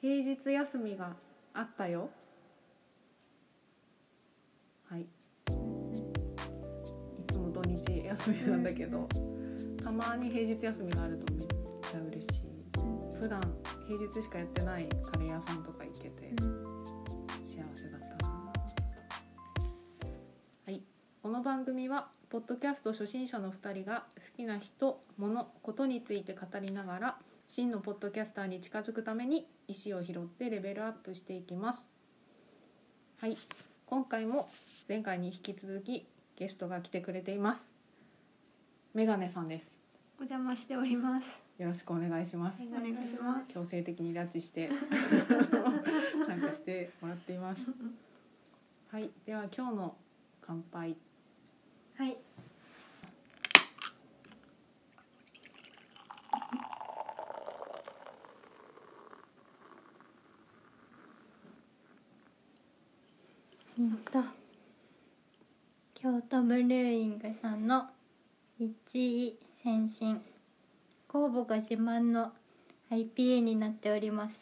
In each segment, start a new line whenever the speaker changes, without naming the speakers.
平日休みがあったよはいいつも土日休みなんだけど、たまに平日休みがあるとめっちゃ嬉しい普段平日しかやってないカレー屋さんとか行けて幸せだったなはいこの番組はポッドキャスト初心者の2人が好きな人物ことについて語りながら真のポッドキャスターに近づくために石を拾ってレベルアップしていきますはい今回も前回に引き続きゲストが来てくれていますメガネさんです
お邪魔しております。
よろしくお願いします
お願いします。
強制的に拉致して参加してもらっています。はい、では今日の乾杯。
はい。
うんと京都ブルーイングさんの1位先進酵母が自慢の IPA になっております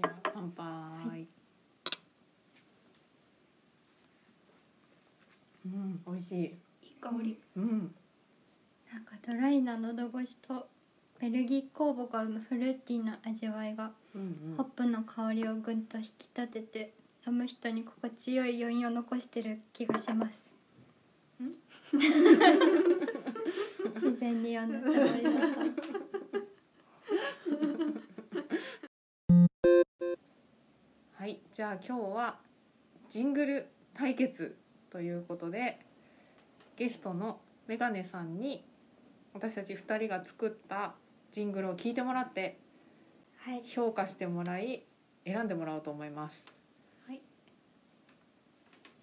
では乾杯。うん、美味しい。
いい香り。
うん、
なんかドライな喉越しとベルギー酵母が生むフルーティーな味わいが
うん、うん
ホッ。プの香りをぐんと引き立てて飲む人に心地よい余韻を残してる気がします 自然に読んだつもりだった
はい、じゃあ今日はジングル対決ということでゲストのメガネさんに私たち2人が作ったジングルを聞いてもらって
はい。
評価してもらい選んでもらおうと思います
はい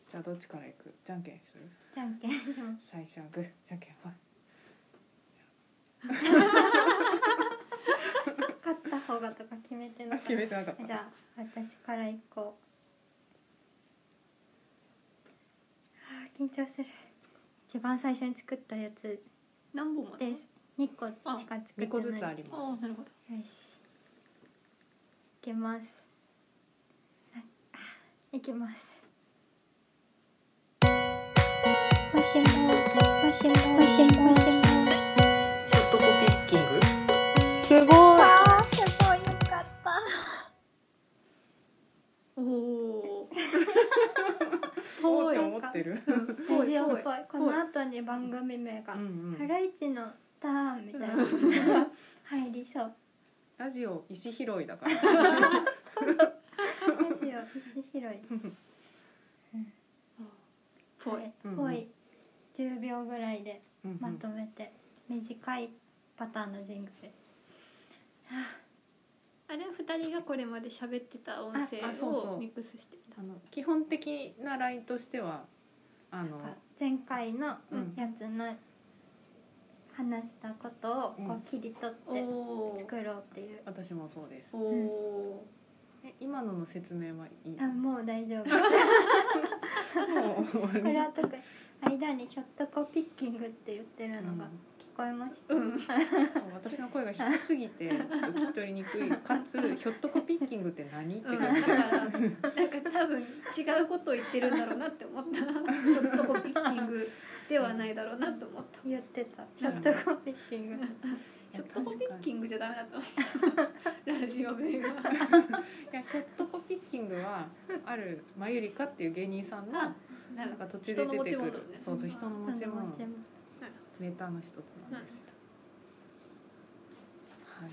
じゃあどっちからいくじゃんけんする
じゃんけん
最初はグーじゃんけんはい
勝った方がとか決めてな
あ
かった
決めてなかった
じゃあ私から行こうはあ緊張する一番最初に作ったやつ
何本も
です2個しか作ってない
2個ずつありま
ああ、なるほど。
よしいけますああいけますもしももしももしももしも
すホットコピッキング
すごい。
あーすごいよかった
おお。
おーっ
遠い
て。思ってる
ラジオっぽいこの
は
後に番組名が
うん
「
う
ハ
ん
ライチのターン」みたいな入りそう
ラジオ石拾いだから
ラジオ石拾い
ぽい。
うん
ぽい10秒ぐらいで
うんうん
まとめて短いパターンのジングル
あれは二人がこれまで喋ってた音声
ああそうそ
を
う
ミックスしてた
あ。の基本的なラインとしてはあの
前回のや
うん
つの話したことをこ
うん
う切り取
お
って
お。
作ろうっていう
私もそうです
おお。
え今のの説明はいい
あ
も
もう 大丈夫こ
う終わり
れは特に間に「ひょっとこピッキング」って言ってるのが聞こえました、
そう私の声が低すぎてちょっと聞き取りにくいかつ「ひょっとこピッキングって何?」って
うん、
感
だ
じ
からなんか多分違うことを言ってるんだろうなって思ったちょっとこピッキングではないだろうなって思った
言ってた「ひょっとこピッキング」
ちょっとこピッキ
ング
ングじゃダメだと思ったラジオ名が
いやひょっとこピッキングはあるまゆりかっていう芸人さんの
あ
な
な
んか途中で出てくるそうそう人の持ち物
その持ち物
ネタの一つなんですよはい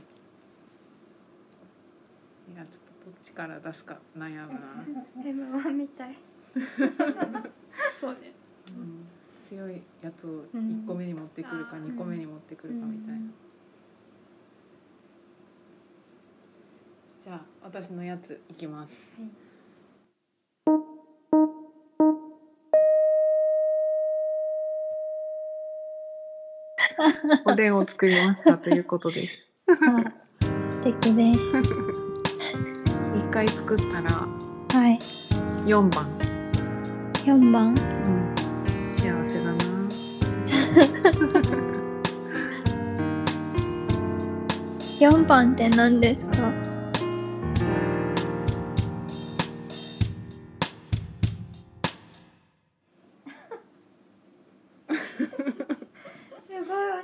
いやちょっとどっちから出すか悩む な、
M1 みたい
そうね
うん、強いやつを1個目に持ってくるか
うん
2個目に持ってくるかみたいな、
うん
じゃあ私のやついきます、
はい
おでんを作りましたということです。
素敵です
一回作ったら
はい
四番、
4
う
番
ん、幸せだな。
4番って何ですか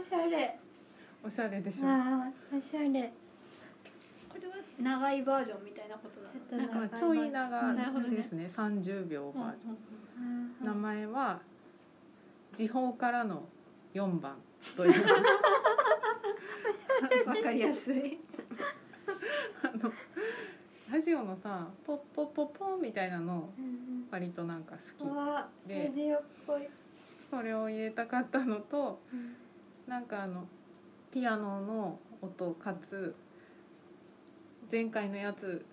しゃれでしょ
あーおしゃれ
これは長いバージョンみたいなことな
ちょっと
の
な
なんん
か
まあ
か
ちょい
なるほ
長
どね
ですね30秒
うんう
バージョン
ん
あー
名前は時報からの4番という
うんわかりやすい
あのラジオのさポッポッポッポンみたいなの
うん
割となんか
う
好
んわ
き
ラ
で
ジオっぽい
これを入れたかったのと
うん
なんかあのピアノの音かつ前回のやつ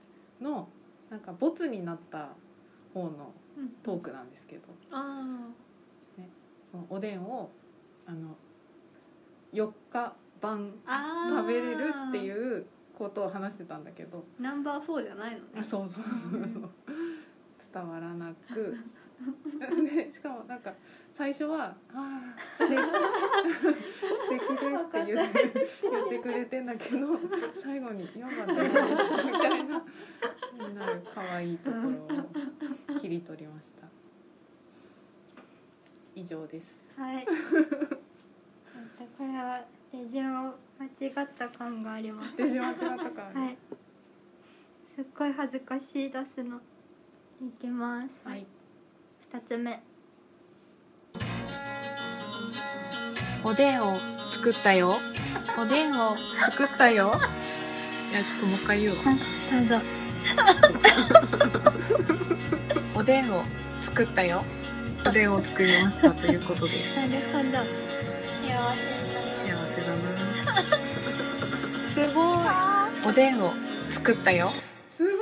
のなんかボツになった方のトークなんですけど
あ
そのおでんをあの4日晩
ーあー
食べれるっていうことを話してたんだけど
ナンバーフォーじゃないのね
あそうそうそうそう伝わらなく でしかもなんか最初は「ああ素敵素敵です」って言って言ってくれてんだけど最後に「4番でした」みたいなみんなの可愛いところを切り取りました以上です
はいなんかこれは手順を間違った感があります
手順間違ったかある
はいすっごい恥ずかしい出すのいきます
はい
二つ目
おでんを作ったよ。おでんを作ったよ。いや、ちょっともう一回言うわ。
どうぞ
おでんを作ったよ。おでんを作りましたということです。
なるほど幸せ
幸せだな。すごい。おでんを作ったよ。すごい。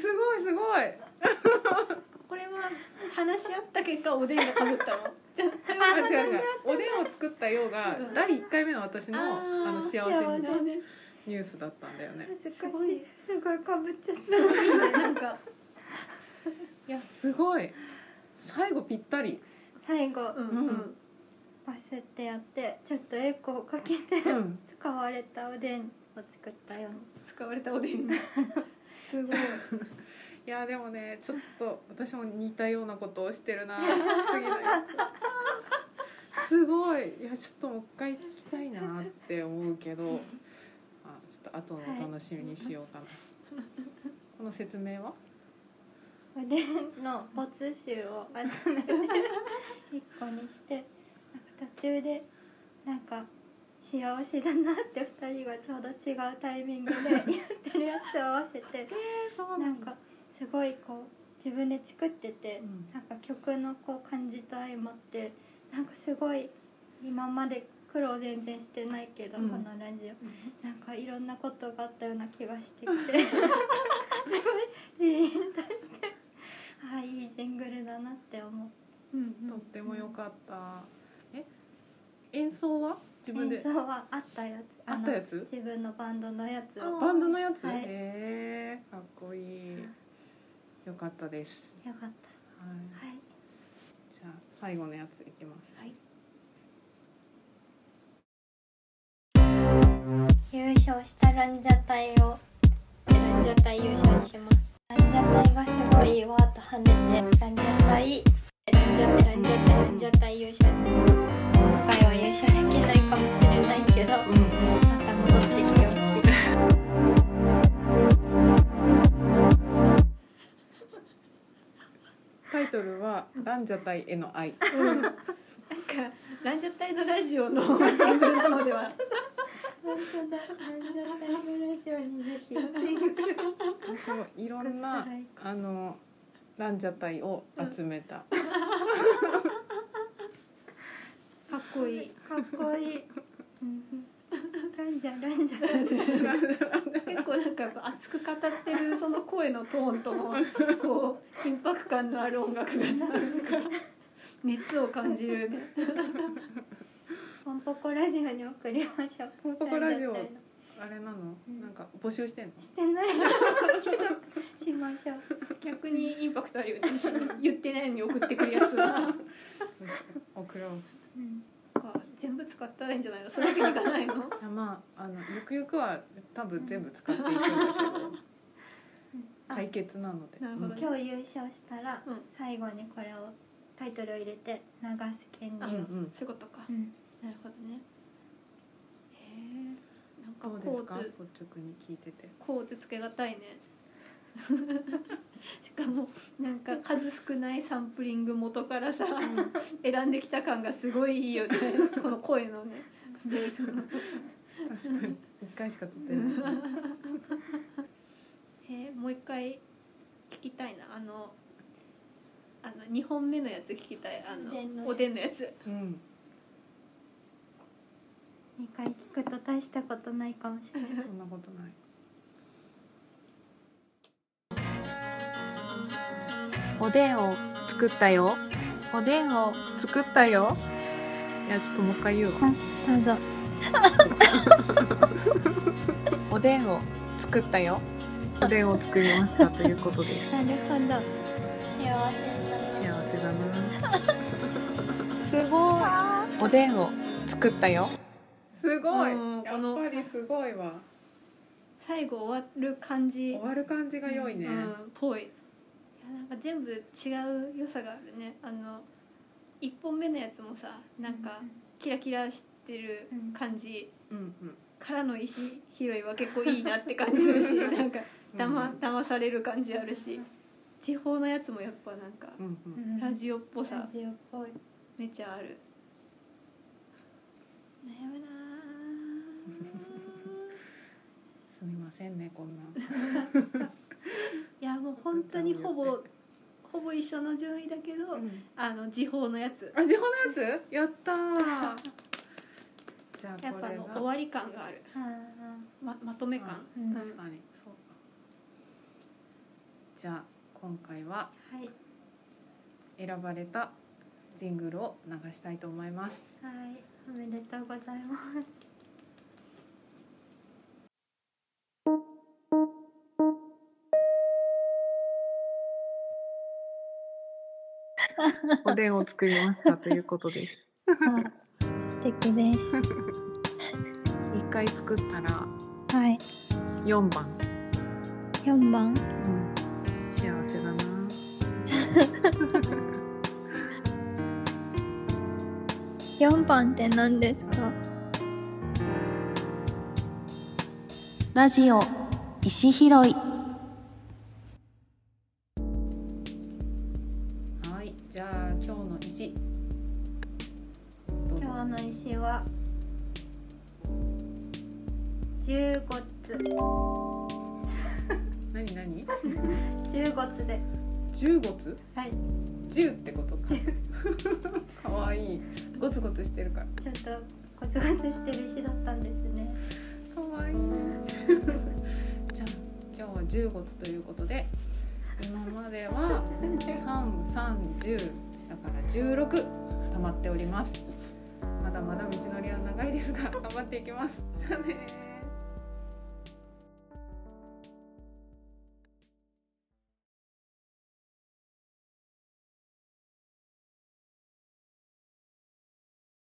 すごい、すごい。
これは話し合った結果おでんが かぶったのじゃ
あ、違う違う。おでんを作ったよが第一回目の私の
あー
あの幸せ
あ
幸
でもね
ニュースだったんだよね。
だす
す
ご
ご
い
い
すごいかぶっちゃっ
いいねなんか
いや、すごい。最後ぴったり。
た最後
うん
う
うんん
バスってやってちょっとエコーかけて
うん。
使われたおでんを作ったよ
使われたおでんすごい
いやでもねちょっと私も似たようなことをしてる な次のやつすごいいやちょっともう一回聞きたいなって思うけどあちょっと後のお楽しみにしようかな、この説明は
おでんの没収を集めて一個にしてなんか途中でなんか幸せだなって二人がちょうど違うタイミングで言ってるやつを合わせて
えー、そう
なんかすごいこう自分で作ってて、
うん
なんか曲のこう感じと相まってなんかすごい今まで苦労全然してないけど、
うん
このラジオなんかいろんなことがあったような気がしてきてすごいジーンとしてああいいジングルだなって思う
うん
とっても良かったえ演奏は自分
演
で
奏はあったやつ
あったやつ
の自分のバンドのやつを
あ
よ
バンドのやつ、
はい
えー、かっこいいよかったです、
か
は
っ
い
たはい
じゃあ最後のやついきます。
はい
優勝したランジャタイをランジャタイ優勝にしますランジャタイがすごいわーっと跳ねてランジャタイランジャタイランジャタイランジャタイ優勝今回は優勝できないかもしれないけど
うん
また戻ってきてほしい
タイトルは「ランジャタイへの愛」
うんなんかランジャタイのラジオのジングルなのでは
本当だランジャタイのラジオにぜひ
私もいろんな
はい
あのランジャタイを集めた、
かっこいい
かっこいいランジャランジャ
結構なんかやっぱ熱く語ってるその声のトーンとのこう緊迫感のある音楽がさなんか熱を感じるね
ポンポコラジオに送りましょう
ポンポコラジオ
ランジャタイの
あれなの、
うん
なんか募集してんの
して ないけどしましょう
逆にインパクトあるよねし言ってないのに送ってくるやつはなん
よし送ろう
うん
か全部使ったらいいんじゃないの それだけにいかないの
いやまああのゆくゆくは多分全部使っていくんだけど、
あ
解決なので
なるほどね
今日優勝したら
うん
最後にこれをタイトルを入れて流す権利を
うんうんうん
そういうことか
うん
なるほどねへなんか
どうで
コ
すか
ーツ
率直に聞いてて
コーツつけがたいね しかもなんか数少ないサンプリング元からさ選んできた感がすごいいいよ ねこの声のねベースの
確かに一回しか撮ってない
えーもう一回聞きたいなあのあの2本目のやつ聞きたいあ
おでんの
の
やつ
おでんのやつ
うん
二回聞くと大したことないかもしれない。
そんなことない
おでんを作ったよおでんを作ったよいやちょっともう一回言うわ
どうぞ。
おでんを作ったよおでんを作りましたということです
なるほど。幸せだ。
幸せだなすごいおでんを作ったよ
すごい
うん
や
この
っぱりすごいわ
最後終わる感じ
終わる感じが良いね
うん、ぽいいやなんか全部違う良さがあるねあの1本目のやつもさなんかキラキラしてる感じ
うんうん
からの石拾いは結構いいなって感じするしなんかだま騙される感じあるし地方のやつもやっぱなんか
うんうん
ラジオっぽ
オ
さ
ラジオっぽい。
めちゃある悩むなあ
すみませんねこんな
いやもう本当にほぼほぼ一緒の順位だけど、
うん
あの時報のやつ
あ地方のやつやったー じゃあ
やっ
こ
ぱあ
れ
の
が
終わり感がある
あ
ままとめ感、
ーうん
確かにそうかじゃあ今回は
はい。
選ばれたジングルを流したいと思います
はい。おめでとうございます。
おでんを作りましたということです
素敵です。
一回作ったら
はい。
四番、
四番。
うん、幸せだな
四番って何ですか。
ラジオ石拾い
はいじゃあ今日の石どうぞ
今日の石は。十五つ。
何何
十五つで。
十五つ
はい。
十ってことか かわいいゴツゴツしてるから
ちょっと。ゴツゴツしてる石だったんですね。
かわいい じゃあ今日は十五つということで今までは三三十だから十六溜まっておりますまだまだ道のりは長いですが頑張っていきますじゃあねー